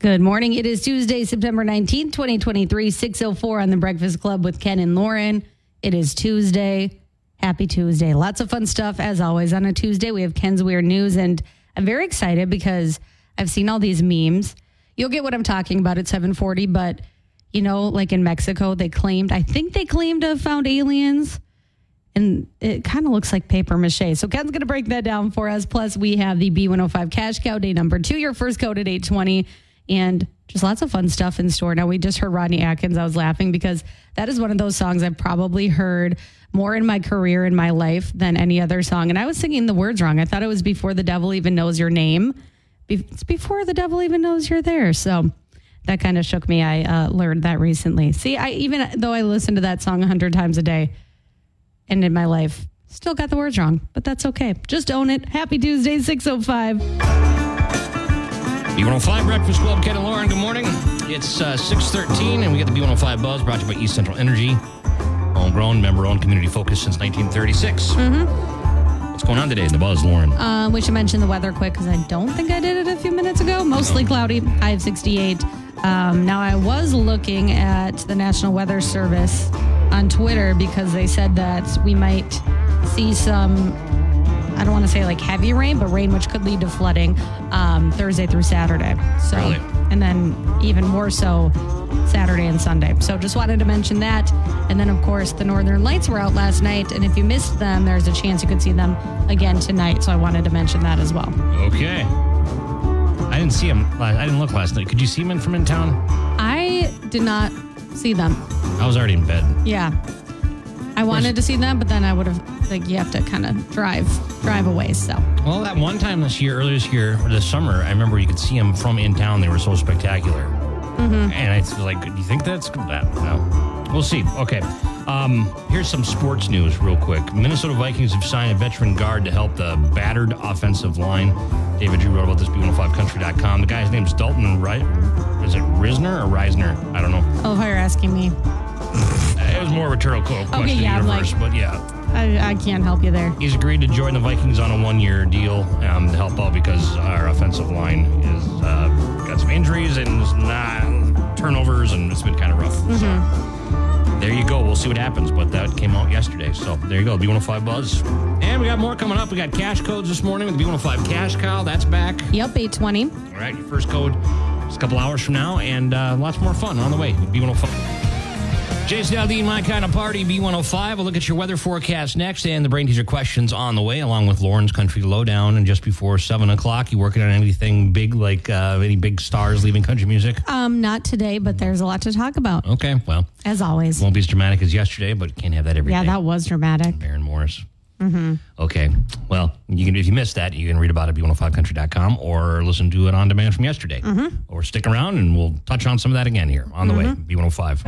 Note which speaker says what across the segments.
Speaker 1: Good morning. It is Tuesday, September 19th, 2023, 604 on the Breakfast Club with Ken and Lauren. It is Tuesday. Happy Tuesday. Lots of fun stuff, as always, on a Tuesday. We have Ken's Weird News, and I'm very excited because I've seen all these memes. You'll get what I'm talking about at 740, but you know, like in Mexico, they claimed, I think they claimed to have found aliens and it kind of looks like paper mache. So Ken's going to break that down for us. Plus, we have the B105 Cash Cow Day number two, your first code at 820, and just lots of fun stuff in store. Now, we just heard Rodney Atkins. I was laughing because that is one of those songs I've probably heard more in my career, in my life, than any other song. And I was singing the words wrong. I thought it was Before the Devil Even Knows Your Name. Be- It's Before the Devil Even Knows You're There. So that kind of shook me. I uh, learned that recently. See, I even though I listen to that song 100 times a day, and in my life. Still got the words wrong, but that's okay. Just own it. Happy Tuesday, 605.
Speaker 2: B105 Breakfast Club, Ken and Lauren, good morning. It's uh, 6.13 and we got the B105 Buzz brought to you by East Central Energy. Homegrown, member-owned, community focused since 1936. Mm-hmm. What's going on today in the Buzz, Lauren?
Speaker 1: Um, we should mention the weather quick because I don't think I did it a few minutes ago. Mostly cloudy, high of 68. Um, now, I was looking at the National Weather Service on Twitter because they said that we might see some, I don't want to say like heavy rain, but rain which could lead to flooding um, Thursday through Saturday. So,
Speaker 2: Really?
Speaker 1: and then even more so Saturday and Sunday. So, just wanted to mention that. And then, of course, the Northern Lights were out last night. And if you missed them, there's a chance you could see them again tonight. So, I wanted to mention that as well.
Speaker 2: okay. I didn't see him. I didn't look last night. Could you see him in from in town?
Speaker 1: I did not see them.
Speaker 2: I was already in bed.
Speaker 1: Yeah. I wanted to see them, but then I would have, like, you have to kind of drive, drive away. So,
Speaker 2: Well, that one time this year, earlier this year, or this summer, I remember you could see them from in town. They were so spectacular.
Speaker 1: Mm-hmm.
Speaker 2: And I was like, do you think that's that? No. We'll see. Okay. Um, here's some sports news, real quick. Minnesota Vikings have signed a veteran guard to help the battered offensive line. David Drew wrote about this, b105country.com. The guy's name's Dalton, right? Is it Risner or Reisner? I don't know.
Speaker 1: oh, you're asking me.
Speaker 2: It was more of a rhetorical question,
Speaker 1: yeah, I'm
Speaker 2: universe,
Speaker 1: like-
Speaker 2: but yeah.
Speaker 1: I, I can't help you there.
Speaker 2: He's agreed to join the Vikings on a one-year deal um, to help out because our offensive line is uh, got some injuries and it's not turnovers, and it's been kind of rough. So there you go. We'll see what happens, but that came out yesterday. So there you go. B105 Buzz, and we got more coming up. We got cash codes this morning with the B105 Cash Cow. That's back.
Speaker 1: Yep, 820.
Speaker 2: All right, your first code is a couple hours from now, and uh, lots more fun on the way. B105. Jason Aldean, my kind of party, B105. We'll look at your weather forecast next and the brain teaser questions on the way, along with Lauren's Country Lowdown. And just before 7 o'clock, you working on anything big, like uh, any big stars leaving country music?
Speaker 1: Um, not today, but there's a lot to talk about,
Speaker 2: Okay, well,
Speaker 1: as always.
Speaker 2: won't be as dramatic as yesterday, but can't have that every day.
Speaker 1: Yeah, that was dramatic.
Speaker 2: Baron Morris. Okay. Well, you can if you missed that, you can read about it at b105country.com or listen to it on demand from yesterday. Or stick around and we'll touch on some of that again here on the way. B105.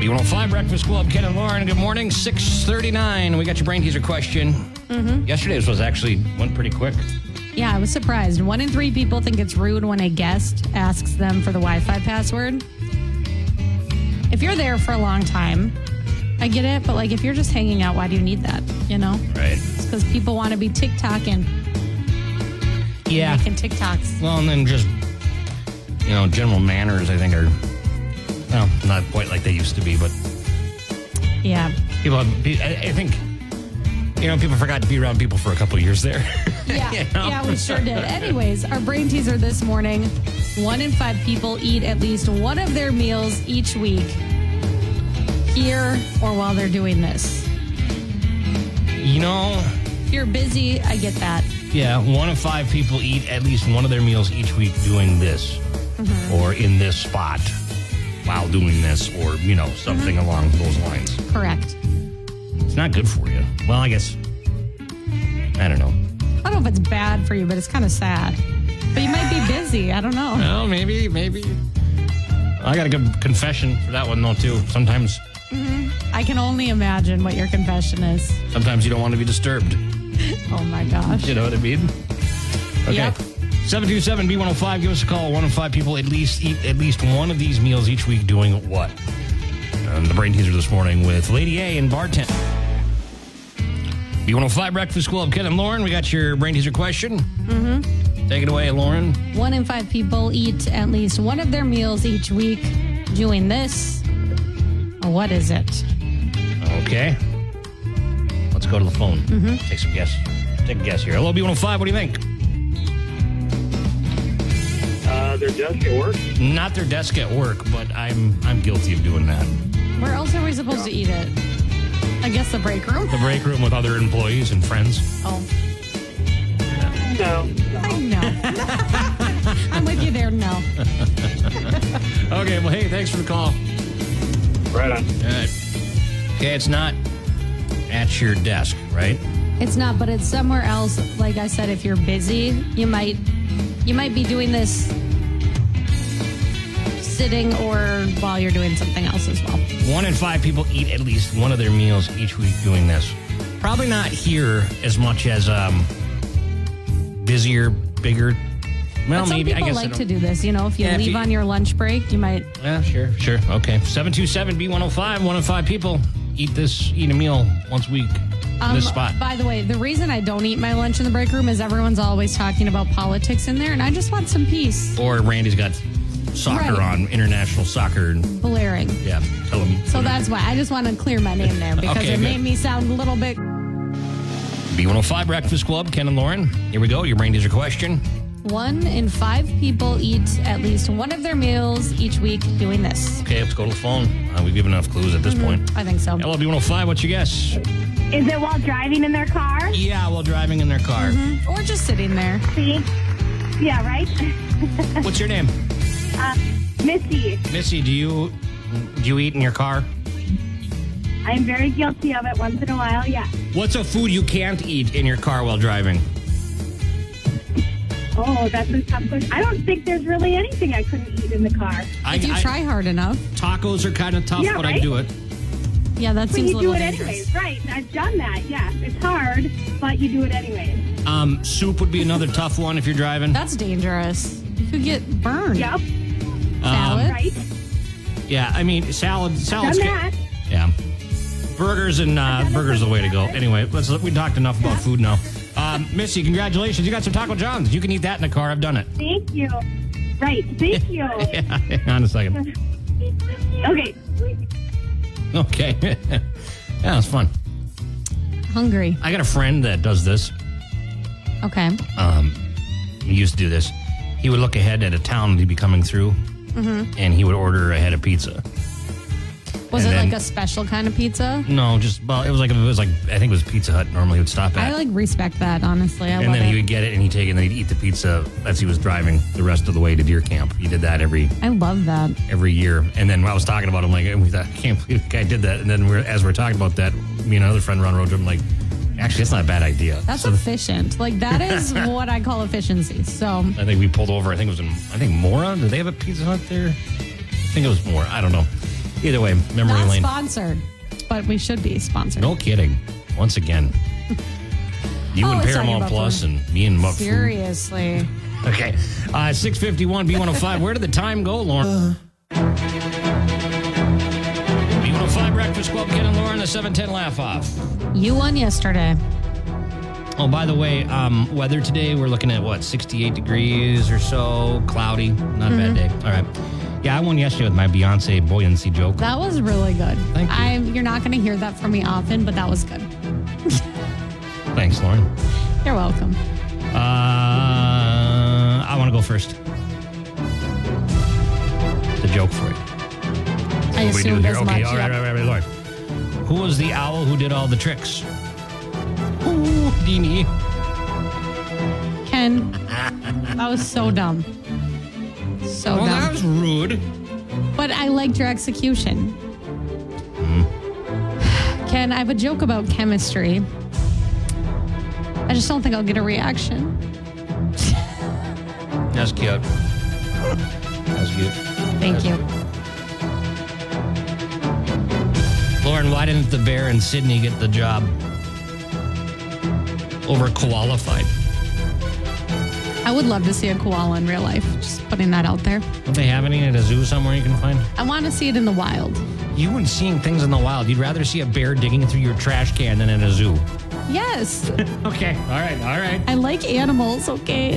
Speaker 2: B105 Breakfast Club, Ken and Lauren. Good morning. 639. We got your brain teaser question. Yesterday's was actually went pretty quick.
Speaker 1: Yeah, I was surprised. One in three people think it's rude when a guest asks them for the Wi Fi password. If you're there for a long time, I get it, but like if you're just hanging out, why do you need that? You know?
Speaker 2: Right.
Speaker 1: It's because people want to be TikToking,
Speaker 2: Yeah.
Speaker 1: making TikToks.
Speaker 2: Well, and then just you know, general manners I think are well, not quite like they used to be, but
Speaker 1: Yeah.
Speaker 2: people have, pe- I, I think you know people forgot to be around people for a couple of years there
Speaker 1: Yeah,
Speaker 2: You know?
Speaker 1: yeah, we sure did. Anyways, our brain teaser this morning one in five people eat at least one of their meals each week here or while they're doing this.
Speaker 2: you know
Speaker 1: If you're busy, I get that.
Speaker 2: yeah one of five people eat at least one of their meals each week doing this or in this spot while doing this or you know something along those lines
Speaker 1: Correct.
Speaker 2: it's not good for you well i guess i don't know
Speaker 1: I don't know if it's bad for you, but it's kind of sad. But you might be busy. I don't know.
Speaker 2: well maybe maybe i got a good confession for that one though too sometimes
Speaker 1: I can only imagine what your confession is.
Speaker 2: sometimes you don't want to be disturbed
Speaker 1: Oh my gosh.
Speaker 2: You know what I mean? Okay.
Speaker 1: Yep.
Speaker 2: 727 B105, give us a call. One in oh five people at least eat at least one of these meals each week doing what? Um, the brain teaser this morning with Lady A and Bartend. B105 Breakfast Club, Ken and Lauren, we got your brain teaser question. Mm-hmm. Take it away, Lauren.
Speaker 1: One in five people eat at least one of their meals each week doing this. What is it?
Speaker 2: Okay. Let's go to the phone. Take some guess. Take a guess here. Hello, B105. What do you think?
Speaker 3: Uh, their desk at work.
Speaker 2: Not their desk at work, but I'm I'm guilty of doing that.
Speaker 1: Where else are we supposed to eat it? I guess the break room.
Speaker 2: The break room with other employees and friends.
Speaker 1: Oh,
Speaker 3: No.
Speaker 1: I know. I'm with you there. No.
Speaker 2: Okay. Well, hey, thanks for the call.
Speaker 3: Right on.
Speaker 2: All right. Okay, it's not at your desk, right?
Speaker 1: It's not, but it's somewhere else. Like I said, if you're busy, you might you might be doing this sitting or while you're doing something else as well.
Speaker 2: One in five people eat at least one of their meals each week doing this. Probably not here as much as um, busier, bigger. Well,
Speaker 1: but some
Speaker 2: maybe I
Speaker 1: people
Speaker 2: guess I
Speaker 1: like
Speaker 2: don't-
Speaker 1: to do this. You know, if you
Speaker 2: Yeah, if
Speaker 1: leave
Speaker 2: you-
Speaker 1: on your lunch break, you might.
Speaker 2: Yeah, sure, sure. Okay, seven two seven B one zero five. One in five people eat this, eat a meal once a week.
Speaker 1: Um,
Speaker 2: this spot.
Speaker 1: By the way, the reason I don't eat my lunch in the break room is everyone's always talking about politics in there, and I just want some peace.
Speaker 2: or Randy's got soccer
Speaker 1: Right.
Speaker 2: on international soccer. and
Speaker 1: Blaring.
Speaker 2: Yeah, tell him.
Speaker 1: So that's why I just want to clear my name there because
Speaker 2: Okay,
Speaker 1: it
Speaker 2: good.
Speaker 1: made me sound a little bit.
Speaker 2: B105 Breakfast Club, Ken and Lauren. Here we go. Your brain teaser question.
Speaker 1: One in five people eat at least one of their meals each week doing this.
Speaker 2: Okay, let's go to the phone. Uh, we've given enough clues at
Speaker 1: Mm-hmm.
Speaker 2: this point.
Speaker 1: I think so.
Speaker 2: Hello, B105. What's your guess?
Speaker 4: Is it while driving in their car?
Speaker 2: Yeah, while driving in their car.
Speaker 1: Or just sitting there.
Speaker 4: See? Yeah, right?
Speaker 2: What's your name?
Speaker 4: Uh, Missy,
Speaker 2: Missy, do you do you eat in your car?
Speaker 4: I'm very guilty of it once in a while, yeah.
Speaker 2: What's a food you can't eat in your car while driving?
Speaker 4: Oh, that's a tough question. I don't think there's really anything I couldn't eat in the car.
Speaker 2: I,
Speaker 1: If you
Speaker 2: I-
Speaker 1: try hard enough.
Speaker 2: tacos are kind of tough,
Speaker 4: Yeah,
Speaker 2: but I
Speaker 4: right?
Speaker 2: do it.
Speaker 1: Yeah, that
Speaker 4: But
Speaker 1: seems a
Speaker 4: you do
Speaker 1: little
Speaker 4: it
Speaker 1: dangerous.
Speaker 4: anyways, right? I've done that, yeah. It's hard, but you do it anyways.
Speaker 2: Um, soup would be another tough one if you're driving.
Speaker 1: That's dangerous. You could get burned.
Speaker 4: Yep,
Speaker 2: Um,
Speaker 1: Salad.
Speaker 4: right?
Speaker 2: Yeah, I mean salad. Salads.
Speaker 4: Done
Speaker 2: ca-
Speaker 4: that.
Speaker 2: Yeah. Burgers and uh, burgers are the way to go. Anyway, let's we talked enough about food now. Um, Missy, congratulations! You got some Taco Johns. You can eat that in the car. I've done it.
Speaker 4: Thank you. Right, thank you.
Speaker 2: Hang on a second.
Speaker 4: okay.
Speaker 2: Okay. yeah, that's fun.
Speaker 1: Hungry.
Speaker 2: I got a friend that does this.
Speaker 1: Okay.
Speaker 2: Uh, He used to do this. He would look ahead at a town he'd be coming through,
Speaker 1: Mm-hmm.
Speaker 2: and he would order a head of pizza.
Speaker 1: Was
Speaker 2: and
Speaker 1: it
Speaker 2: then-
Speaker 1: like a special kind of pizza?
Speaker 2: No, just well, it was like it was like I think it was Pizza Hut. Normally, he would stop at.
Speaker 1: I like respect that, honestly. I
Speaker 2: and
Speaker 1: love
Speaker 2: then
Speaker 1: it.
Speaker 2: he would get it and he'd take it and then he'd eat the pizza as he was driving the rest of the way to deer camp. He did that every
Speaker 1: I love that.
Speaker 2: every year. And then when I was talking about him, like, we thought, I can't believe the guy did that. And then we're, as we're talking about that, me and another friend were on road trip, I'm like, actually, that's not a bad idea.
Speaker 1: That's
Speaker 2: so
Speaker 1: efficient. Like that is what I call efficiency. So
Speaker 2: I think we pulled over. I think it was in, I think Mora. Did they have a Pizza Hut there? I think it was Mora. I don't know. Either way, memory
Speaker 1: not
Speaker 2: lane.
Speaker 1: sponsored, but we should be sponsored.
Speaker 2: No kidding. Once again, you
Speaker 1: Oh,
Speaker 2: and
Speaker 1: it's talking
Speaker 2: Paramount
Speaker 1: about
Speaker 2: Plus
Speaker 1: food.
Speaker 2: and me and Muff.
Speaker 1: Seriously.
Speaker 2: Okay. Uh, 651 B105. Where did the time go, Lauren?
Speaker 1: Uh-huh.
Speaker 2: B105 Breakfast Club, Ken and Lauren, the 710 Laugh Off.
Speaker 1: You won yesterday.
Speaker 2: Oh, by the way, um, weather today, we're looking at what, 68 degrees or so, cloudy. Not a bad day.
Speaker 1: Mm-hmm.
Speaker 2: All right. Yeah, I won yesterday with my Beyonce buoyancy joke.
Speaker 1: That was really good.
Speaker 2: Thank you.
Speaker 1: I you're not gonna hear that from me often, but that was good.
Speaker 2: Thanks, Lauren.
Speaker 1: You're welcome.
Speaker 2: Uh, I want to go first. The joke for it.
Speaker 1: I
Speaker 2: What we do
Speaker 1: assumed
Speaker 2: here.
Speaker 1: as much.
Speaker 2: Okay, all right,
Speaker 1: yeah.
Speaker 2: all right, all right, Lord. Who was the owl who did all the tricks? Ooh, Dini.
Speaker 1: Ken, that was so dumb. So
Speaker 2: Well, that
Speaker 1: dumb.
Speaker 2: was rude.
Speaker 1: But I liked your execution.
Speaker 2: Mm-hmm.
Speaker 1: Ken, I have a joke about chemistry. I just don't think I'll get a reaction.
Speaker 2: That's cute. That's cute.
Speaker 1: Thank you.
Speaker 2: Lauren, why didn't the bear in Sydney get the job? Overqualified.
Speaker 1: I would love to see a koala in real life. Just putting that out there.
Speaker 2: Don't they have any at a zoo somewhere you can find?
Speaker 1: I want to see it in the wild.
Speaker 2: You and seeing things in the wild. You'd rather see a bear digging through your trash can than in a zoo.
Speaker 1: Yes,
Speaker 2: Okay. All right. All right.
Speaker 1: I like animals, okay?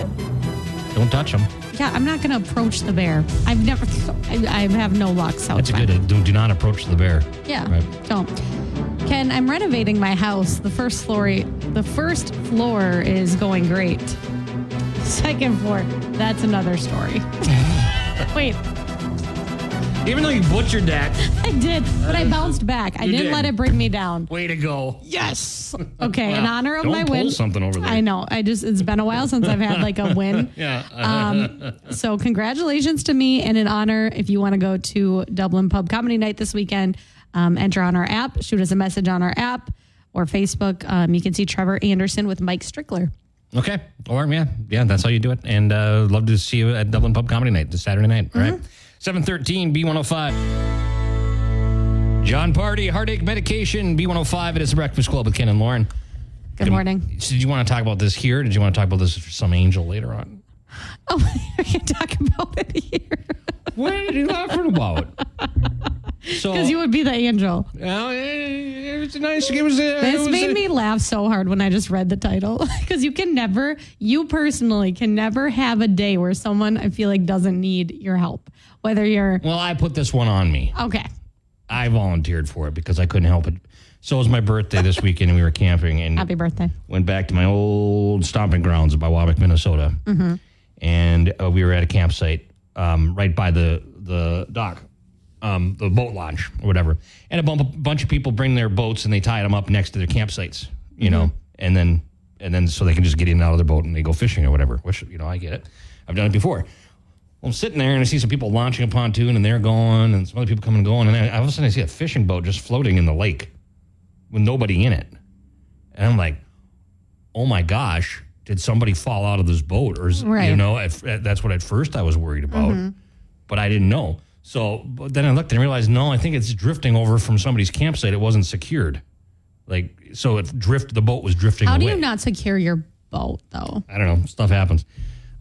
Speaker 2: Don't touch them.
Speaker 1: Yeah, I'm not going to approach the bear. I've never, I, I have no luck. So
Speaker 2: That's a good. uh, Do, do not approach the bear.
Speaker 1: Yeah.
Speaker 2: Right.
Speaker 1: Don't. Ken, I'm renovating my house. The first floor, the first floor is going great. Second floor, that's another story. Wait,
Speaker 2: Even though you butchered that,
Speaker 1: I did, but I bounced back. I
Speaker 2: You
Speaker 1: didn't
Speaker 2: did.
Speaker 1: let it bring me down.
Speaker 2: way to go. Yes.
Speaker 1: Okay, in
Speaker 2: Wow.
Speaker 1: honor of
Speaker 2: Don't
Speaker 1: my
Speaker 2: pull
Speaker 1: win.
Speaker 2: something over there.
Speaker 1: I know. I just it's been a while since I've had like a win.
Speaker 2: Yeah. uh-huh.
Speaker 1: Um, so congratulations to me and in honor if you want to go to Dublin Pub Comedy Night this weekend, um, enter on our app, shoot us a message on our app or Facebook. Um, you can see Trevor Anderson with Mike Strickler.
Speaker 2: Okay. Or yeah, yeah, that's how you do it. And uh, love to see you at Dublin Pub Comedy Night this Saturday night. All
Speaker 1: Mm-hmm.
Speaker 2: right. Seven thirteen B one oh five. John Party, Heartache Medication, B one oh five. It is the Breakfast Club with Ken and Lauren.
Speaker 1: Good morning.
Speaker 2: So did you want to talk about this here? Or did you want to talk about this for some angel later on?
Speaker 1: Oh, we can talk about it here
Speaker 2: What are you laughing about? So
Speaker 1: because you would be the angel.
Speaker 2: Well, eh, it was nice. It was. A, it
Speaker 1: This
Speaker 2: was uh,
Speaker 1: made
Speaker 2: a-
Speaker 1: me laugh so hard when I just read the title because you can never, you personally can never have a day where someone I feel like doesn't need your help. Whether you're,
Speaker 2: Well, I put this one on me.
Speaker 1: okay,
Speaker 2: I volunteered for it because I couldn't help it. So it was my birthday this weekend, and we were camping, and
Speaker 1: happy birthday.
Speaker 2: went back to my old stomping grounds by Waback, Minnesota,
Speaker 1: Mm-hmm.
Speaker 2: and uh, we were at a campsite um, right by the the dock, um, the boat launch or whatever. And a, bump, a bunch of people bring their boats and they tie them up next to their campsites, you know,
Speaker 1: Mm-hmm.
Speaker 2: and then and then so they can just get in and out of their boat and they go fishing or whatever. Which you know, I get it. I've done it before. Well, I'm sitting there and I see some people launching a pontoon and they're going, and some other people coming and going, and then all of a sudden I see a fishing boat just floating in the lake with nobody in it, and I'm like, "Oh my gosh, did somebody fall out of this boat?" Or is, you
Speaker 1: Right. Mm-hmm.
Speaker 2: know, at, at- that's what at first I was worried about, but I didn't know. So but then I looked and realized, no, I think it's drifting over from somebody's campsite. It wasn't secured, like so. It drift. The boat was drifting.
Speaker 1: How do
Speaker 2: away.
Speaker 1: you not secure your boat though?
Speaker 2: I don't know. Stuff happens.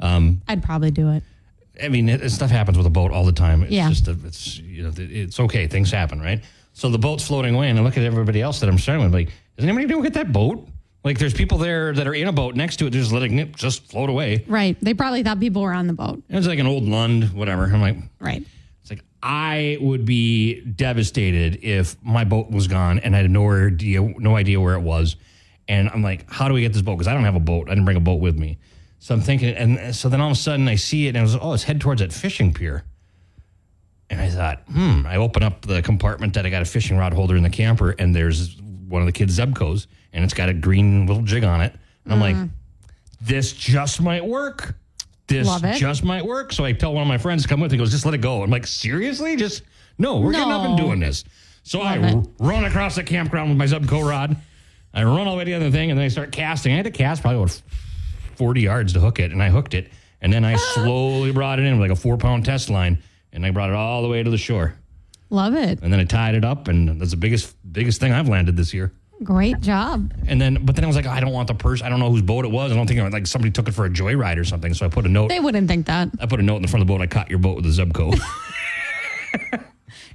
Speaker 2: Um,
Speaker 1: I'd probably do it.
Speaker 2: I mean, it, stuff happens with a boat all the time. It's
Speaker 1: Yeah.
Speaker 2: just, a, it's, you know, th- it's okay. Things happen, right? So the boat's floating away, and I look at everybody else that I'm staring with, like, is anybody going to get that boat? Like, there's people there that are in a boat next to it, just letting it just float away.
Speaker 1: Right. They probably thought people were on the boat.
Speaker 2: It was like an old Lund, whatever. I'm like,
Speaker 1: Right.
Speaker 2: it's like, I would be devastated if my boat was gone and I had no idea, no idea where it was. And I'm like, how do we get this boat? Because I don't have a boat. I didn't bring a boat with me. So I'm thinking, and so then all of a sudden I see it and I was, oh, it's head towards that fishing pier. And I thought, hmm, I open up the compartment that I got a fishing rod holder in the camper and there's one of the kids' Zebcos and it's got a green little jig on it. And I'm like, this just might work. This
Speaker 1: Love it.
Speaker 2: just might work. So I tell one of my friends to come with. He goes, just let it go. I'm like, seriously? Just no, we're getting up and
Speaker 1: No.
Speaker 2: doing this. So I
Speaker 1: Love it.
Speaker 2: r- run across the campground with my Zubco rod. I run all the way to the other thing, and then I start casting. I had to cast probably what, 40 yards to hook it, and I hooked it. And then I
Speaker 1: Ah.
Speaker 2: slowly brought it in with like a four pound test line, and I brought it all the way to the shore.
Speaker 1: Love it.
Speaker 2: And then I tied it up, and that's the biggest biggest thing I've landed this year.
Speaker 1: Great job.
Speaker 2: And then, but then I was like, "Oh, I don't want the purse. I don't know whose boat it was. I don't think it was- like somebody took it for a joyride or something. So I put a note.
Speaker 1: They wouldn't think that.
Speaker 2: I put a note in the front of the boat. I caught your boat with a Zebco. if,
Speaker 1: Did
Speaker 2: you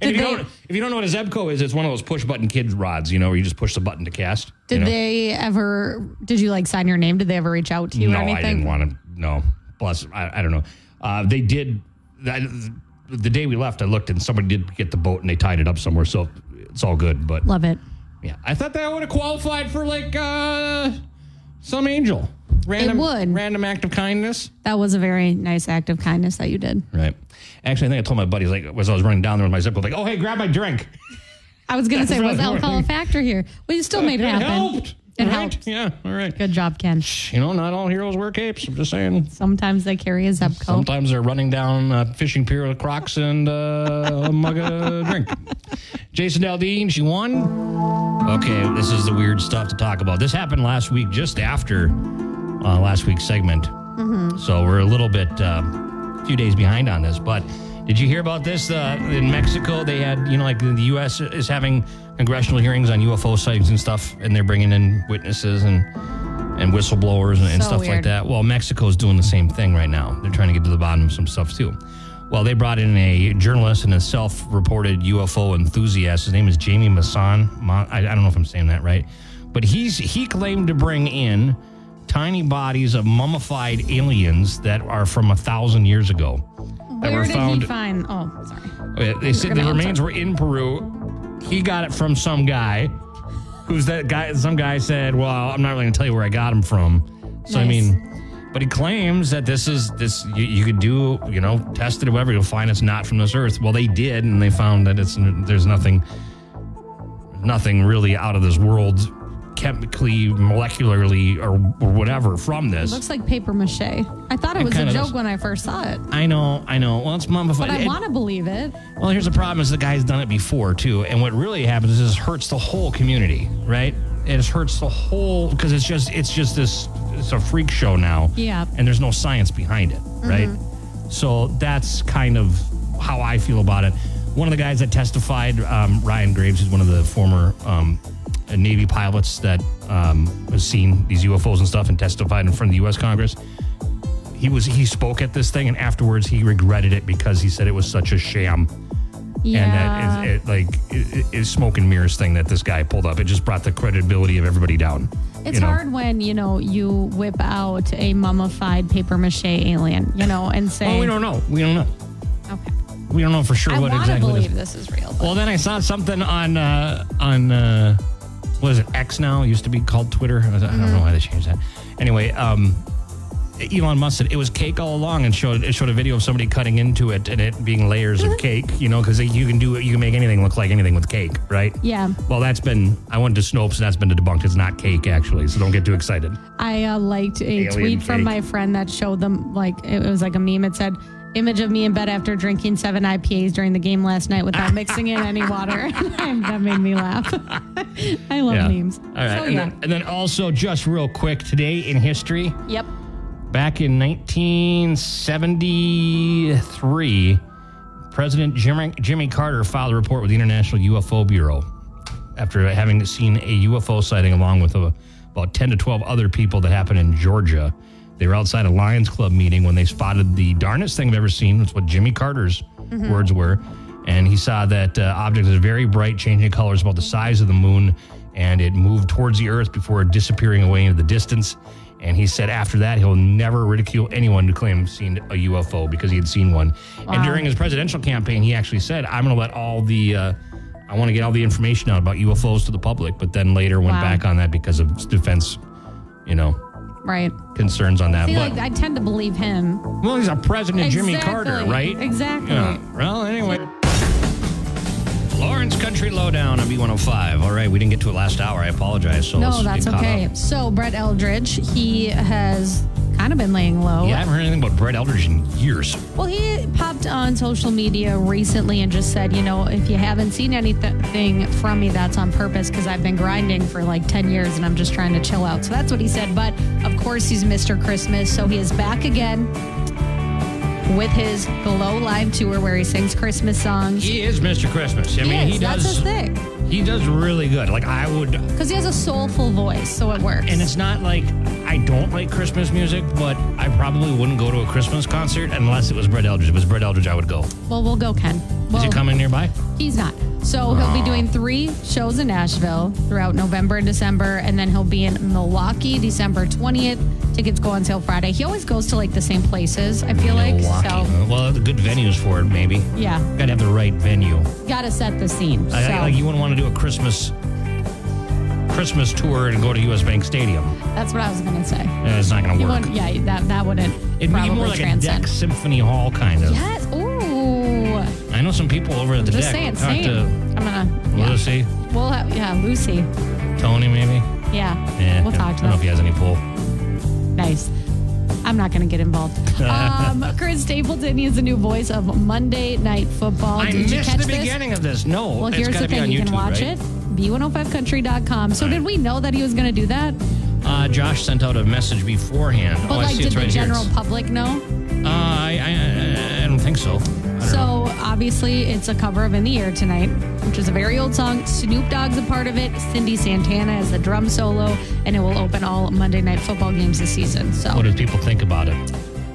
Speaker 1: they-
Speaker 2: don't, if you don't know what a Zebco is, it's one of those push button kid rods, you know, where you just push the button to cast. you
Speaker 1: Did
Speaker 2: know?
Speaker 1: they ever, did you like sign your name? Did they ever reach out to you
Speaker 2: No,
Speaker 1: or anything?
Speaker 2: I didn't want to. No. Plus, I, I don't know. Uh, they did. That, the day we left, I looked and somebody did get the boat and they tied it up somewhere. So it's all good. But
Speaker 1: Love it.
Speaker 2: yeah, I thought that I would have qualified for like uh, some angel. Random,
Speaker 1: would.
Speaker 2: Random act of kindness.
Speaker 1: That was a very nice act of kindness that you did.
Speaker 2: Right. Actually, I think I told my buddies, like, as I was running down there with my zip code, like, oh, hey, grab my drink.
Speaker 1: I was going to say,
Speaker 2: what
Speaker 1: was
Speaker 2: I was
Speaker 1: alcohol a
Speaker 2: wondering.
Speaker 1: factor here? Well, you still made it happen.
Speaker 2: helped.
Speaker 1: It
Speaker 2: Right?
Speaker 1: helped.
Speaker 2: Yeah. All right.
Speaker 1: Good job, Ken.
Speaker 2: You know, not all heroes wear capes. I'm just saying.
Speaker 1: Sometimes they carry a Zepco.
Speaker 2: Sometimes they're running down a fishing pier with Crocs and uh, a mug of drink. Jason Aldean, she won. Okay, this is the weird stuff to talk about. This happened last week, just after uh, last week's segment. So we're a little bit, uh, a few days behind on this. But did you hear about this? Uh, in Mexico, they had, you know, like the U.S. is having congressional hearings on UFO sightings and stuff, and they're bringing in witnesses and and whistleblowers and, and
Speaker 1: So
Speaker 2: stuff like
Speaker 1: weird.
Speaker 2: that. Well, Mexico's doing the same thing right now. They're trying to get to the bottom of some stuff too. Well, they brought in a journalist and a self-reported UFO enthusiast. His name is Jamie Masson. Ma- I, I don't know if I'm saying that right, but he's he claimed to bring in tiny bodies of mummified aliens that are from a thousand years ago. That
Speaker 1: Where
Speaker 2: were
Speaker 1: did
Speaker 2: found.
Speaker 1: he find? Oh, sorry.
Speaker 2: Uh, They said the
Speaker 1: gonna
Speaker 2: remains
Speaker 1: answer.
Speaker 2: were in Peru. He got it from some guy, who's that guy? Some guy said, "Well, I'm not really gonna tell you where I got him from." So I
Speaker 1: Nice.
Speaker 2: mean, but he claims that this is this. You, you could do, you know, test it, or whatever. You'll find it's not from this earth. Well, they did, and they found that it's there's nothing, nothing really out of this world, chemically, molecularly, or, or whatever from this.
Speaker 1: Looks like paper mache. I thought it, was a
Speaker 2: kinda
Speaker 1: joke
Speaker 2: does.
Speaker 1: when I first saw it,
Speaker 2: I know, I know. Well, it's mummified.
Speaker 1: but I
Speaker 2: It-
Speaker 1: want to believe it.
Speaker 2: Well, here's the problem: is the guy's done it before too, and what really happens is it hurts the whole community, right? It just hurts the whole because it's just it's just this it's a freak show now,
Speaker 1: Yeah.
Speaker 2: and there's no science behind it, right? So that's kind of how I feel about it. One of the guys that testified, um, Ryan Graves, is one of the former um, Navy pilots that um, has seen these UFOs and stuff and testified in front of the U.S. Congress he was he spoke at this thing and afterwards he regretted it because he said it was such a sham
Speaker 1: Yeah.
Speaker 2: and that it, it like it, it- it's smoke and mirrors thing that this guy pulled up it just brought the credibility of everybody down
Speaker 1: It's
Speaker 2: you know?
Speaker 1: hard when you know you whip out a mummified paper mache alien, you know, and say,
Speaker 2: well Oh, we don't know we don't know
Speaker 1: okay,
Speaker 2: we don't know for sure
Speaker 1: I
Speaker 2: what
Speaker 1: want to
Speaker 2: exactly
Speaker 1: believe
Speaker 2: this.
Speaker 1: this is real.
Speaker 2: well then i saw something on uh on uh what is it x now it used to be called twitter i don't
Speaker 1: Mm-hmm.
Speaker 2: know why they changed that anyway um Elon Musk said it was cake all along, and showed it showed a video of somebody cutting into it and it being layers
Speaker 1: Mm-hmm.
Speaker 2: of cake. You know, because you can do it, you can make anything look like anything with cake, right?
Speaker 1: Yeah.
Speaker 2: Well, that's been I went to Snopes and that's been debunked. It's not cake actually, so don't get too excited.
Speaker 1: I uh, liked a
Speaker 2: Alien
Speaker 1: tweet from
Speaker 2: cake.
Speaker 1: my friend that showed them like it was like a meme. It said, "Image of me in bed after drinking seven IPAs during the game last night without mixing in any water." And that made me laugh. I love memes.
Speaker 2: All right.
Speaker 1: So,
Speaker 2: and,
Speaker 1: yeah.
Speaker 2: then, and then also just real quick today in history,
Speaker 1: yep.
Speaker 2: back in 1973, President Jimmy, Jimmy Carter filed a report with the International UFO Bureau after having seen a UFO sighting along with uh about 10 to 12 other people that happened in Georgia. They were outside a Lions Club meeting when they spotted the darnest thing I've ever seen. That's what Jimmy Carter's words were. And he saw that uh, object is very bright, changing colors about the size of the moon, and it moved towards the Earth before disappearing away into the distance. And he said after that, he'll never ridicule anyone who claims seen a UFO because he had seen one. And during his presidential campaign, he actually said, I'm going to let all the, uh, I want to get all the information out about UFOs to the public. But then later went
Speaker 1: Wow.
Speaker 2: back on that because of defense, you know,
Speaker 1: Right.
Speaker 2: concerns on that.
Speaker 1: See,
Speaker 2: but,
Speaker 1: like I tend to believe him.
Speaker 2: well, he's a president, Jimmy
Speaker 1: Exactly,
Speaker 2: Carter, right?
Speaker 1: exactly.
Speaker 2: Yeah. Well, anyway. Lawrence Country Lowdown on B105. All right, we didn't get to it last hour. I apologize. So let's
Speaker 1: No,
Speaker 2: get
Speaker 1: that's
Speaker 2: caught
Speaker 1: okay.
Speaker 2: up.
Speaker 1: So Brett Eldridge, he has kind of been laying low.
Speaker 2: Yeah, I haven't heard anything about Brett Eldridge in years.
Speaker 1: Well, he popped on social media recently and just said, you know, if you haven't seen anything from me, that's on purpose because I've been grinding for like 10 years and I'm just trying to chill out. So that's what he said. But of course, he's Mr. Christmas. So he is back again with his Glow Live tour where he sings Christmas songs.
Speaker 2: He is Mr. Christmas. I mean,
Speaker 1: is.
Speaker 2: he
Speaker 1: That's
Speaker 2: does.
Speaker 1: his thing.
Speaker 2: He does really good. Like I would,
Speaker 1: Because he has a soulful voice, so it works.
Speaker 2: and it's not like I don't like Christmas music, but I probably wouldn't go to a Christmas concert unless it was Brett Eldridge. If it was Brett Eldridge, I would go.
Speaker 1: well, we'll go, Ken.
Speaker 2: Is
Speaker 1: Well,
Speaker 2: he coming nearby?
Speaker 1: He's not. So he'll be doing three shows in Nashville throughout November and December, and then he'll be in Milwaukee December 20th. Tickets go on sale Friday. He always goes to like the same places, I feel like.
Speaker 2: Milwaukee.
Speaker 1: So,
Speaker 2: Well, the good venues for it, maybe.
Speaker 1: yeah,
Speaker 2: Gotta have the right venue.
Speaker 1: gotta set the scene.
Speaker 2: I- I-
Speaker 1: so
Speaker 2: like you wouldn't want to do a Christmas Christmas tour and go to U.S. Bank Stadium.
Speaker 1: that's what I was gonna say.
Speaker 2: Uh, it's not going to
Speaker 1: You
Speaker 2: work.
Speaker 1: wouldn't, yeah, that, that wouldn't
Speaker 2: It'd be
Speaker 1: probably
Speaker 2: more like a
Speaker 1: transcend.
Speaker 2: deck symphony hall kind of.
Speaker 1: Yes. Ooh.
Speaker 2: I know some people over at the
Speaker 1: Just saying,
Speaker 2: deck. Talk
Speaker 1: same. I'm
Speaker 2: to
Speaker 1: gonna. Yeah.
Speaker 2: Lucy,
Speaker 1: We'll have, yeah, Lucy.
Speaker 2: Tony, maybe.
Speaker 1: Yeah.
Speaker 2: Yeah,
Speaker 1: we'll talk to
Speaker 2: I don't know
Speaker 1: them.
Speaker 2: if he has any pull.
Speaker 1: Nice. I'm not going to get involved. Um, Chris Stapleton is the new voice of Monday Night Football.
Speaker 2: I
Speaker 1: Did you
Speaker 2: missed
Speaker 1: catch
Speaker 2: the
Speaker 1: this?
Speaker 2: beginning of this. No,
Speaker 1: Well,
Speaker 2: it's
Speaker 1: here's
Speaker 2: gotta
Speaker 1: the thing:
Speaker 2: be
Speaker 1: you
Speaker 2: on
Speaker 1: can
Speaker 2: YouTube,
Speaker 1: watch
Speaker 2: right?
Speaker 1: it. B105country.com. So
Speaker 2: All right.
Speaker 1: did we know that he was going to do that?
Speaker 2: Uh, Josh sent out a message beforehand.
Speaker 1: But
Speaker 2: oh, I
Speaker 1: like,
Speaker 2: see
Speaker 1: did
Speaker 2: it's
Speaker 1: the
Speaker 2: right
Speaker 1: general
Speaker 2: here. It's-
Speaker 1: public know?
Speaker 2: Uh, I, I, I don't think so. I don't
Speaker 1: So
Speaker 2: know.
Speaker 1: obviously, it's a cover of "In the Air Tonight," which is a very old song. Snoop Dogg's a part of it. Cindy Santana is the drum solo, and it will open all Monday Night Football games this season. So
Speaker 2: what do people think about it?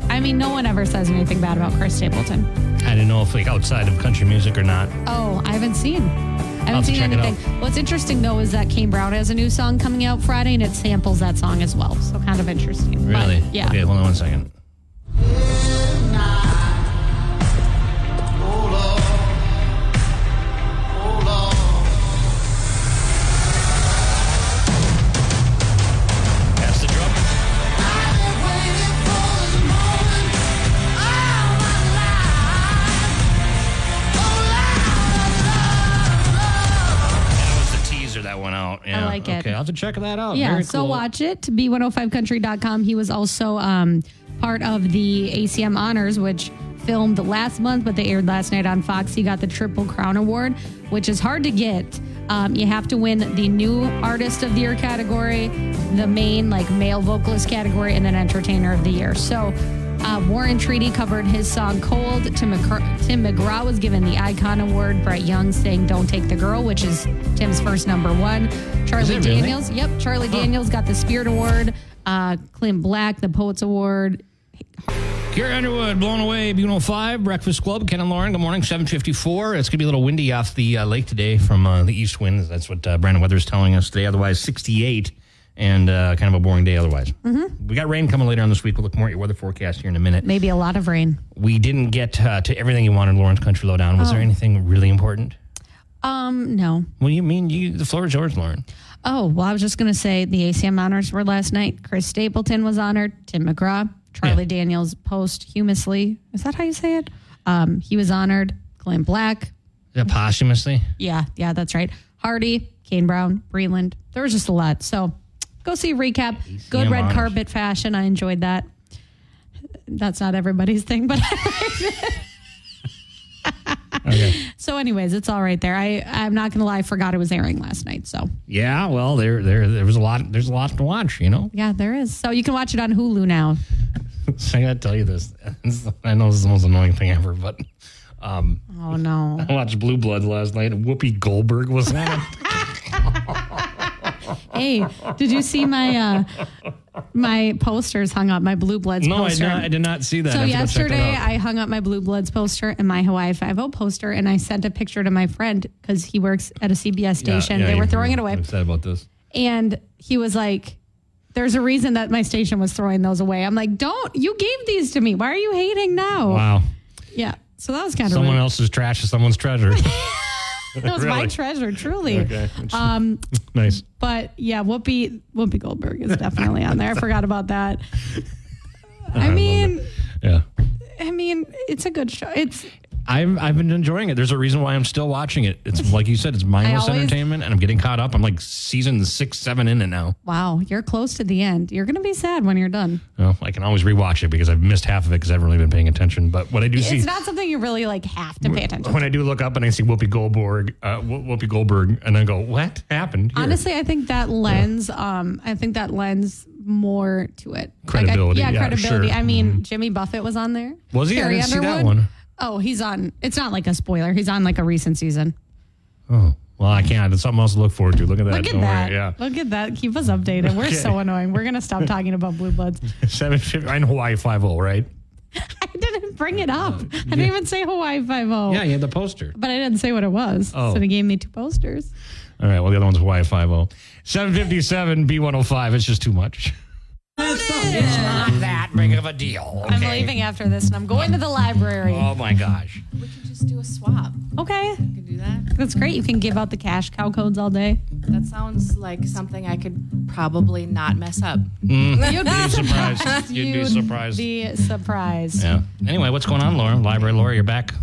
Speaker 1: I mean, no one ever says anything bad about Chris Stapleton.
Speaker 2: I didn't know if like outside of country music or not.
Speaker 1: Oh, I haven't seen. I
Speaker 2: I'll have
Speaker 1: haven't
Speaker 2: to
Speaker 1: seen
Speaker 2: check it
Speaker 1: anything. What's interesting though is that Kane Brown has a new song coming out Friday, and it samples that song as well. So kind of interesting. But,
Speaker 2: Really?
Speaker 1: yeah.
Speaker 2: Okay, hold on one second. That's the drum. That was the teaser that went out. Yeah.
Speaker 1: like it.
Speaker 2: Okay, I'll have to check that out.
Speaker 1: Yeah,
Speaker 2: Oh, Very
Speaker 1: so
Speaker 2: cool.
Speaker 1: watch it. B105country.com. He was also um, part of the ACM Honors, which filmed last month, but they aired last night on Fox. He got the Triple Crown Award, which is hard to get. Um, you have to win the new artist of the year category, the main like male vocalist category, and then entertainer of the year. So uh, Warren Treaty covered his song Cold. Tim, McCur- Tim McGraw was given the Icon Award. Brett Young sang Don't Take the Girl, which is Tim's first number one. Charlie
Speaker 2: it really?
Speaker 1: Daniels. Yep, Charlie Daniels got the Spirit Award. Uh, Clint Black, the Poets Award.
Speaker 2: Gary Underwood, blown away, Buno 5, Breakfast Club, Ken and Lauren, good morning, 754. It's going to be a little windy off the uh, lake today from uh, the east winds. That's what uh, Brandon Weather's telling us today. Otherwise, 68 and uh, kind of a boring day otherwise. Mm-hmm. We got rain coming later on this week. We'll look more at your weather forecast here in a minute.
Speaker 1: Maybe a lot of rain.
Speaker 2: We didn't get uh, to everything you wanted, Lauren's Country Lowdown. Was there anything really important?
Speaker 1: Um, no.
Speaker 2: What do you mean? You, the floor is yours, Lauren.
Speaker 1: Oh well, I was just gonna say the ACM honors were last night. Chris Stapleton was honored. Tim McGraw, Charlie
Speaker 2: Yeah.
Speaker 1: Daniels posthumously. Is that how you say it? Um, he was honored. Clint Black.
Speaker 2: Is that posthumously?
Speaker 1: Yeah, yeah, that's right. Hardy, Kane Brown, Breland. There was just a lot. So go see a recap. Good red
Speaker 2: honors.
Speaker 1: carpet fashion. I enjoyed that. That's not everybody's thing, but
Speaker 2: Okay.
Speaker 1: So, anyways, it's all right there. I I'm not gonna lie, I forgot it was airing last night. So
Speaker 2: yeah, well, there, there, there was a lot. There's a lot to watch, you know?
Speaker 1: yeah, there is. So you can watch it on Hulu now.
Speaker 2: So I gotta tell you this. I know this is the most annoying thing ever, but um,
Speaker 1: Oh no,
Speaker 2: I watched Blue Bloods last night. and Whoopi Goldberg was on it.
Speaker 1: hey, did you see my uh my posters hung up? My Blue Bloods
Speaker 2: no, I did,
Speaker 1: poster.
Speaker 2: not, I did not see that.
Speaker 1: so
Speaker 2: I have to go check that
Speaker 1: yesterday,
Speaker 2: out.
Speaker 1: I hung up my Blue Bloods poster and my Hawaii Five O poster, and I sent a picture to my friend because he works at a CBS
Speaker 2: Yeah,
Speaker 1: station.
Speaker 2: yeah,
Speaker 1: they were
Speaker 2: you-
Speaker 1: throwing it away.
Speaker 2: I'm sad about this.
Speaker 1: and he was like there's a reason that my station was throwing those away i'm like don't you gave these to me why are you hating now
Speaker 2: Wow,
Speaker 1: yeah so that was kind of
Speaker 2: someone
Speaker 1: rude.
Speaker 2: else's trash is someone's treasure.
Speaker 1: that was my
Speaker 2: Really?
Speaker 1: treasure truly
Speaker 2: um, nice.
Speaker 1: but yeah whoopi whoopi goldberg is definitely on there i forgot about that i mean
Speaker 2: Yeah,
Speaker 1: i mean it's a good show it's
Speaker 2: I've I've been enjoying it. There's a reason why I'm still watching it. It's like you said, it's mindless
Speaker 1: always-
Speaker 2: entertainment, and I'm getting caught up. I'm like season six, seven in it now.
Speaker 1: wow you're close to the end you're gonna be sad when you're done
Speaker 2: Well, I can always rewatch it because I've missed half of it because I haven't really been paying attention. But what I do see,
Speaker 1: it's not something you really like have to pay attention to
Speaker 2: when I do look up and I see Whoopi Goldberg, uh, Wh- Whoopi Goldberg, and I go, "What happened?" here?"
Speaker 1: Honestly, I think that lends. Um, I think that lends more to it. Like, I-
Speaker 2: Credibility, yeah,
Speaker 1: yeah, credibility.
Speaker 2: sure. Mm-hmm.
Speaker 1: I mean, Jimmy Buffett was on there.
Speaker 2: Was he? I
Speaker 1: Carrie
Speaker 2: didn't see that
Speaker 1: Underwood.
Speaker 2: one.
Speaker 1: Oh, he's on. It's not like a spoiler. He's on like a recent season.
Speaker 2: oh, well, I can't. It's something else to look forward to. Look at that.
Speaker 1: Look at
Speaker 2: Don't worry.
Speaker 1: that.
Speaker 2: Yeah,
Speaker 1: Look at that. Keep us updated. We're so annoying. We're gonna stop talking about Blue Bloods.
Speaker 2: seven fifty in Hawaii Five O, right?
Speaker 1: I didn't bring it up.
Speaker 2: Uh,
Speaker 1: I didn't even say Hawaii Five O.
Speaker 2: you had the poster.
Speaker 1: But I didn't say what it was.
Speaker 2: Oh.
Speaker 1: So they gave me two posters.
Speaker 2: All right. Well, the other one's Hawaii Five O. Seven fifty seven B one hundred five. It's just too much. It's not that big of a deal.
Speaker 1: I'm leaving after this, and I'm going to the library.
Speaker 2: Oh my gosh.
Speaker 5: We could just do a swap.
Speaker 2: Oh.
Speaker 1: Okay,
Speaker 5: We could do that.
Speaker 1: that's great. You can give out the cash cow codes all day.
Speaker 5: That sounds like something I could probably not mess up.
Speaker 1: You'd be
Speaker 2: Surprised. You'd be surprised.
Speaker 1: be surprised.
Speaker 2: yeah. Anyway, what's going on, Laura? Library, Laura, you're back.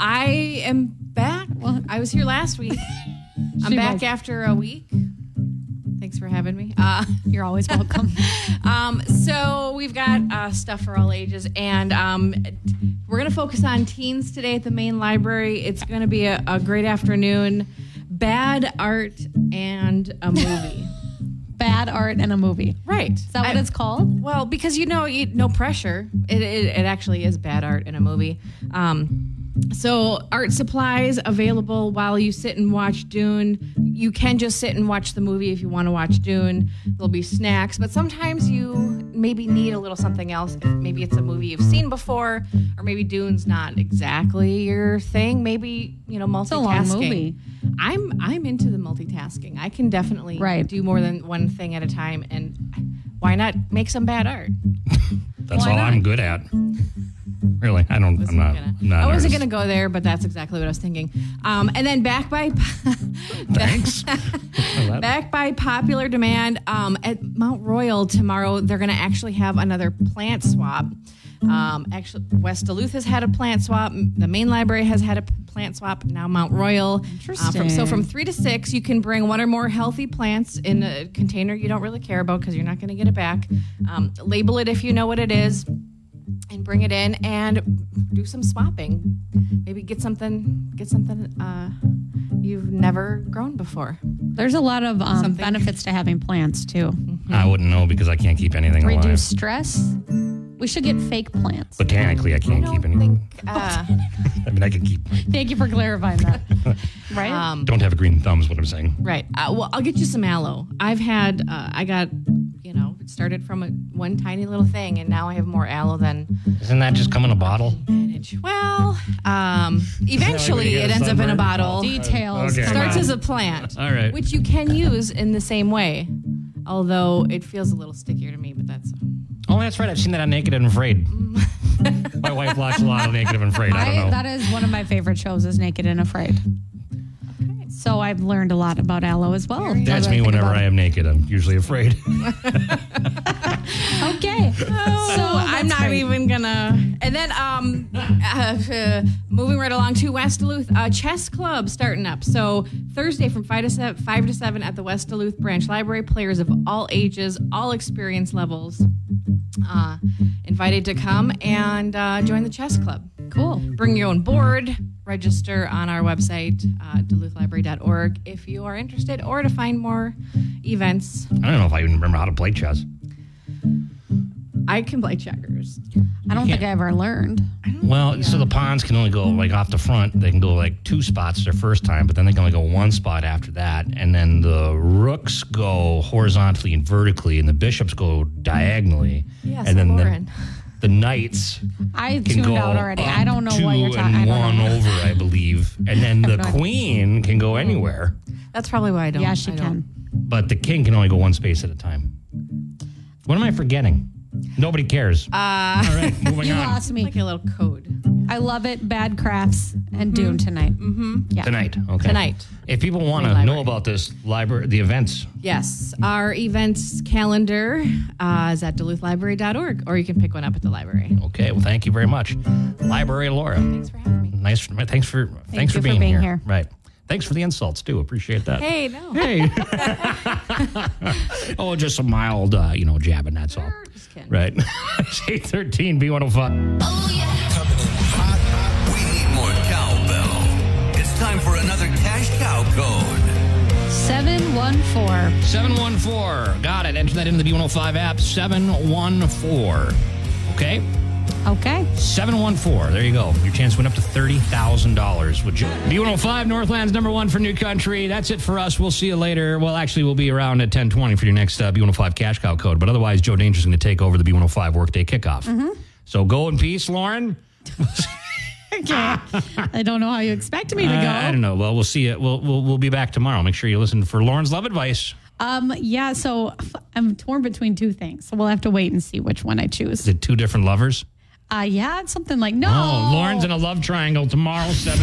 Speaker 5: I am back. Well, I was here last week. I'm
Speaker 1: She
Speaker 5: back
Speaker 1: was.
Speaker 5: after a week. Thanks for having me. Uh,
Speaker 1: You're always welcome.
Speaker 5: um, so we've got uh, stuff for all ages, and um, we're going to focus on teens today at the main library. It's going to be a, a great afternoon. Bad art and a movie.
Speaker 1: Bad art and a movie. Is
Speaker 5: right. Is
Speaker 1: that what it's called?
Speaker 5: Well, because you know, you, no pressure. It, it, it actually is bad art in a movie. Um, so, art supplies available while you sit and watch Dune. You can just sit and watch the movie if you want to watch Dune. There'll be snacks, but sometimes you maybe need a little something else. If maybe it's a movie you've seen before, or maybe Dune's not exactly your thing. Maybe you know multitasking.
Speaker 1: a long movie.
Speaker 5: I'm I'm into the multitasking. I can definitely
Speaker 1: Right.
Speaker 5: do more than one thing at a time, and why not make some bad art?
Speaker 2: That's
Speaker 5: Why
Speaker 2: all
Speaker 5: not?
Speaker 2: I'm good at. Really, I don't. I'm not.
Speaker 5: Gonna-
Speaker 2: I'm not
Speaker 5: I
Speaker 2: an
Speaker 5: wasn't
Speaker 2: artist.
Speaker 5: going to go there, but that's exactly what I was thinking. Um, and then back by
Speaker 2: Thanks. Well, that-
Speaker 5: back by popular demand um, at Mount Royal tomorrow, they're going to actually have another plant swap. Um, actually, West Duluth has had a plant swap. The main library has had a p- plant swap. Now Mount Royal. Uh, from, so from
Speaker 1: Interesting.
Speaker 5: three to six, you can bring one or more healthy plants in a container you don't really care about because you're not going to get it back. Um, label it if you know what it is and bring it in and do some swapping. Maybe get something, get something uh, you've never grown before.
Speaker 1: There's a lot of um,
Speaker 5: Something.
Speaker 1: benefits to having plants too.
Speaker 2: I wouldn't know because I can't keep anything alive.
Speaker 1: Reduce stress. We should get fake plants.
Speaker 2: Botanically, I can't
Speaker 5: I
Speaker 2: keep
Speaker 5: don't
Speaker 2: anything.
Speaker 5: think. Uh,
Speaker 2: I mean, I can keep.
Speaker 1: Thank you for clarifying that. right?
Speaker 5: um,
Speaker 2: Don't have a green thumb is what I'm saying.
Speaker 5: right. Uh, well, I'll get you some aloe. I've had. Uh, I got. You know, it started from a, one tiny little thing, and now I have more aloe than
Speaker 2: Isn't that just come in a bottle?
Speaker 5: manage. Well, um, eventually
Speaker 2: get
Speaker 5: it
Speaker 2: a
Speaker 5: ends up in a
Speaker 2: sunburn?
Speaker 5: bottle.
Speaker 1: Details.
Speaker 2: Okay.
Speaker 1: Come
Speaker 5: starts
Speaker 1: on.
Speaker 5: as a plant.
Speaker 2: All right.
Speaker 5: Which you can use in the same way, although it feels a little stickier to me, but that's.
Speaker 2: Oh, that's right. I've seen that on Naked and Afraid. My wife watched a lot of Naked and Afraid. I don't
Speaker 1: I,
Speaker 2: know.
Speaker 1: that is one of my favorite shows is Naked and Afraid. So I've learned a lot about aloe as well.
Speaker 2: that's me whenever I am naked. I'm usually afraid.
Speaker 1: Okay. so
Speaker 5: I'm not even gonna. And then, um, uh, uh, moving right along to West Duluth uh, Chess Club starting up. So Thursday from five to seven, five to seven at the West Duluth Branch Library. Players of all ages, all experience levels, uh, invited to come and uh, join the chess club.
Speaker 1: cool.
Speaker 5: Bring your own board. Register on our website, uh, duluthlibrary.org, if you are interested, or to find more events.
Speaker 2: I don't know if I even remember how to play chess.
Speaker 5: I can play checkers.
Speaker 1: I don't think I ever learned.
Speaker 2: Well, so the pawns can only go like off the front. They can go like two spots their first time, but then they can only go one spot after that. And then the rooks go horizontally and vertically, and the bishops go diagonally.
Speaker 5: Yes,
Speaker 2: and then
Speaker 5: Lauren.
Speaker 2: The, the knights
Speaker 1: I
Speaker 2: can
Speaker 1: tuned
Speaker 2: go
Speaker 1: out already. I
Speaker 2: up
Speaker 1: don't know
Speaker 2: two
Speaker 1: what you're talking. I
Speaker 2: and
Speaker 1: don't
Speaker 2: one
Speaker 1: know.
Speaker 2: over, I believe, and then the queen can go anywhere,
Speaker 5: That's probably why I don't.
Speaker 1: Yeah, she
Speaker 5: I don't-
Speaker 1: can.
Speaker 2: but the king can only go one space at a time. What am I forgetting? Nobody cares. All right, moving
Speaker 1: Uh, You
Speaker 2: on.
Speaker 1: lost me.
Speaker 5: Like a little code.
Speaker 1: I love it. Bad crafts and Dune
Speaker 2: Mm-hmm.
Speaker 1: tonight.
Speaker 2: Tonight, okay.
Speaker 5: Tonight.
Speaker 2: If people want to know about this library, the events,
Speaker 5: Yes. Our events calendar uh, is at duluthlibrary.org, or you can pick one up at the library.
Speaker 2: okay. Well, thank you very much, Library Laura.
Speaker 5: Thanks for having me.
Speaker 2: Nice. Thanks for thanks
Speaker 1: you
Speaker 2: for
Speaker 1: for
Speaker 2: being,
Speaker 1: being
Speaker 2: here.
Speaker 1: here.
Speaker 2: Right. Thanks for the insults too. Appreciate that.
Speaker 5: Hey, no.
Speaker 2: Hey. oh, just a mild, uh, you know, jabbing. That's all.
Speaker 5: Just kidding.
Speaker 2: Right. It's 813 B105.
Speaker 6: Coming in hot, hot. We need more cowbell. It's time for another cash cow code.
Speaker 1: Seven one four.
Speaker 2: 714. Got it. Enter that into the B105 app. 714. Okay?
Speaker 1: Okay.
Speaker 2: 714. There you go. Your chance went up to $30,000. Would you? B105 Northlands number one for New Country. That's it for us. We'll see you later. Well, actually, we'll be around at 1020 for your next uh, B105 Cash Cow code. But otherwise, Joe Danger's going to take over the B105 workday kickoff. So go in peace, Lauren.
Speaker 1: Okay. I don't know how you expect me to go.
Speaker 2: Uh, I don't know. Well, we'll see it. We'll, we'll we'll be back tomorrow. Make sure you listen for Lauren's love advice.
Speaker 1: Um, yeah, so I'm torn between two things. So we'll have to wait and see which one I choose.
Speaker 2: The two different lovers.
Speaker 1: Uh, yeah, it's something like no.
Speaker 2: Oh, Lauren's in a love triangle tomorrow, seven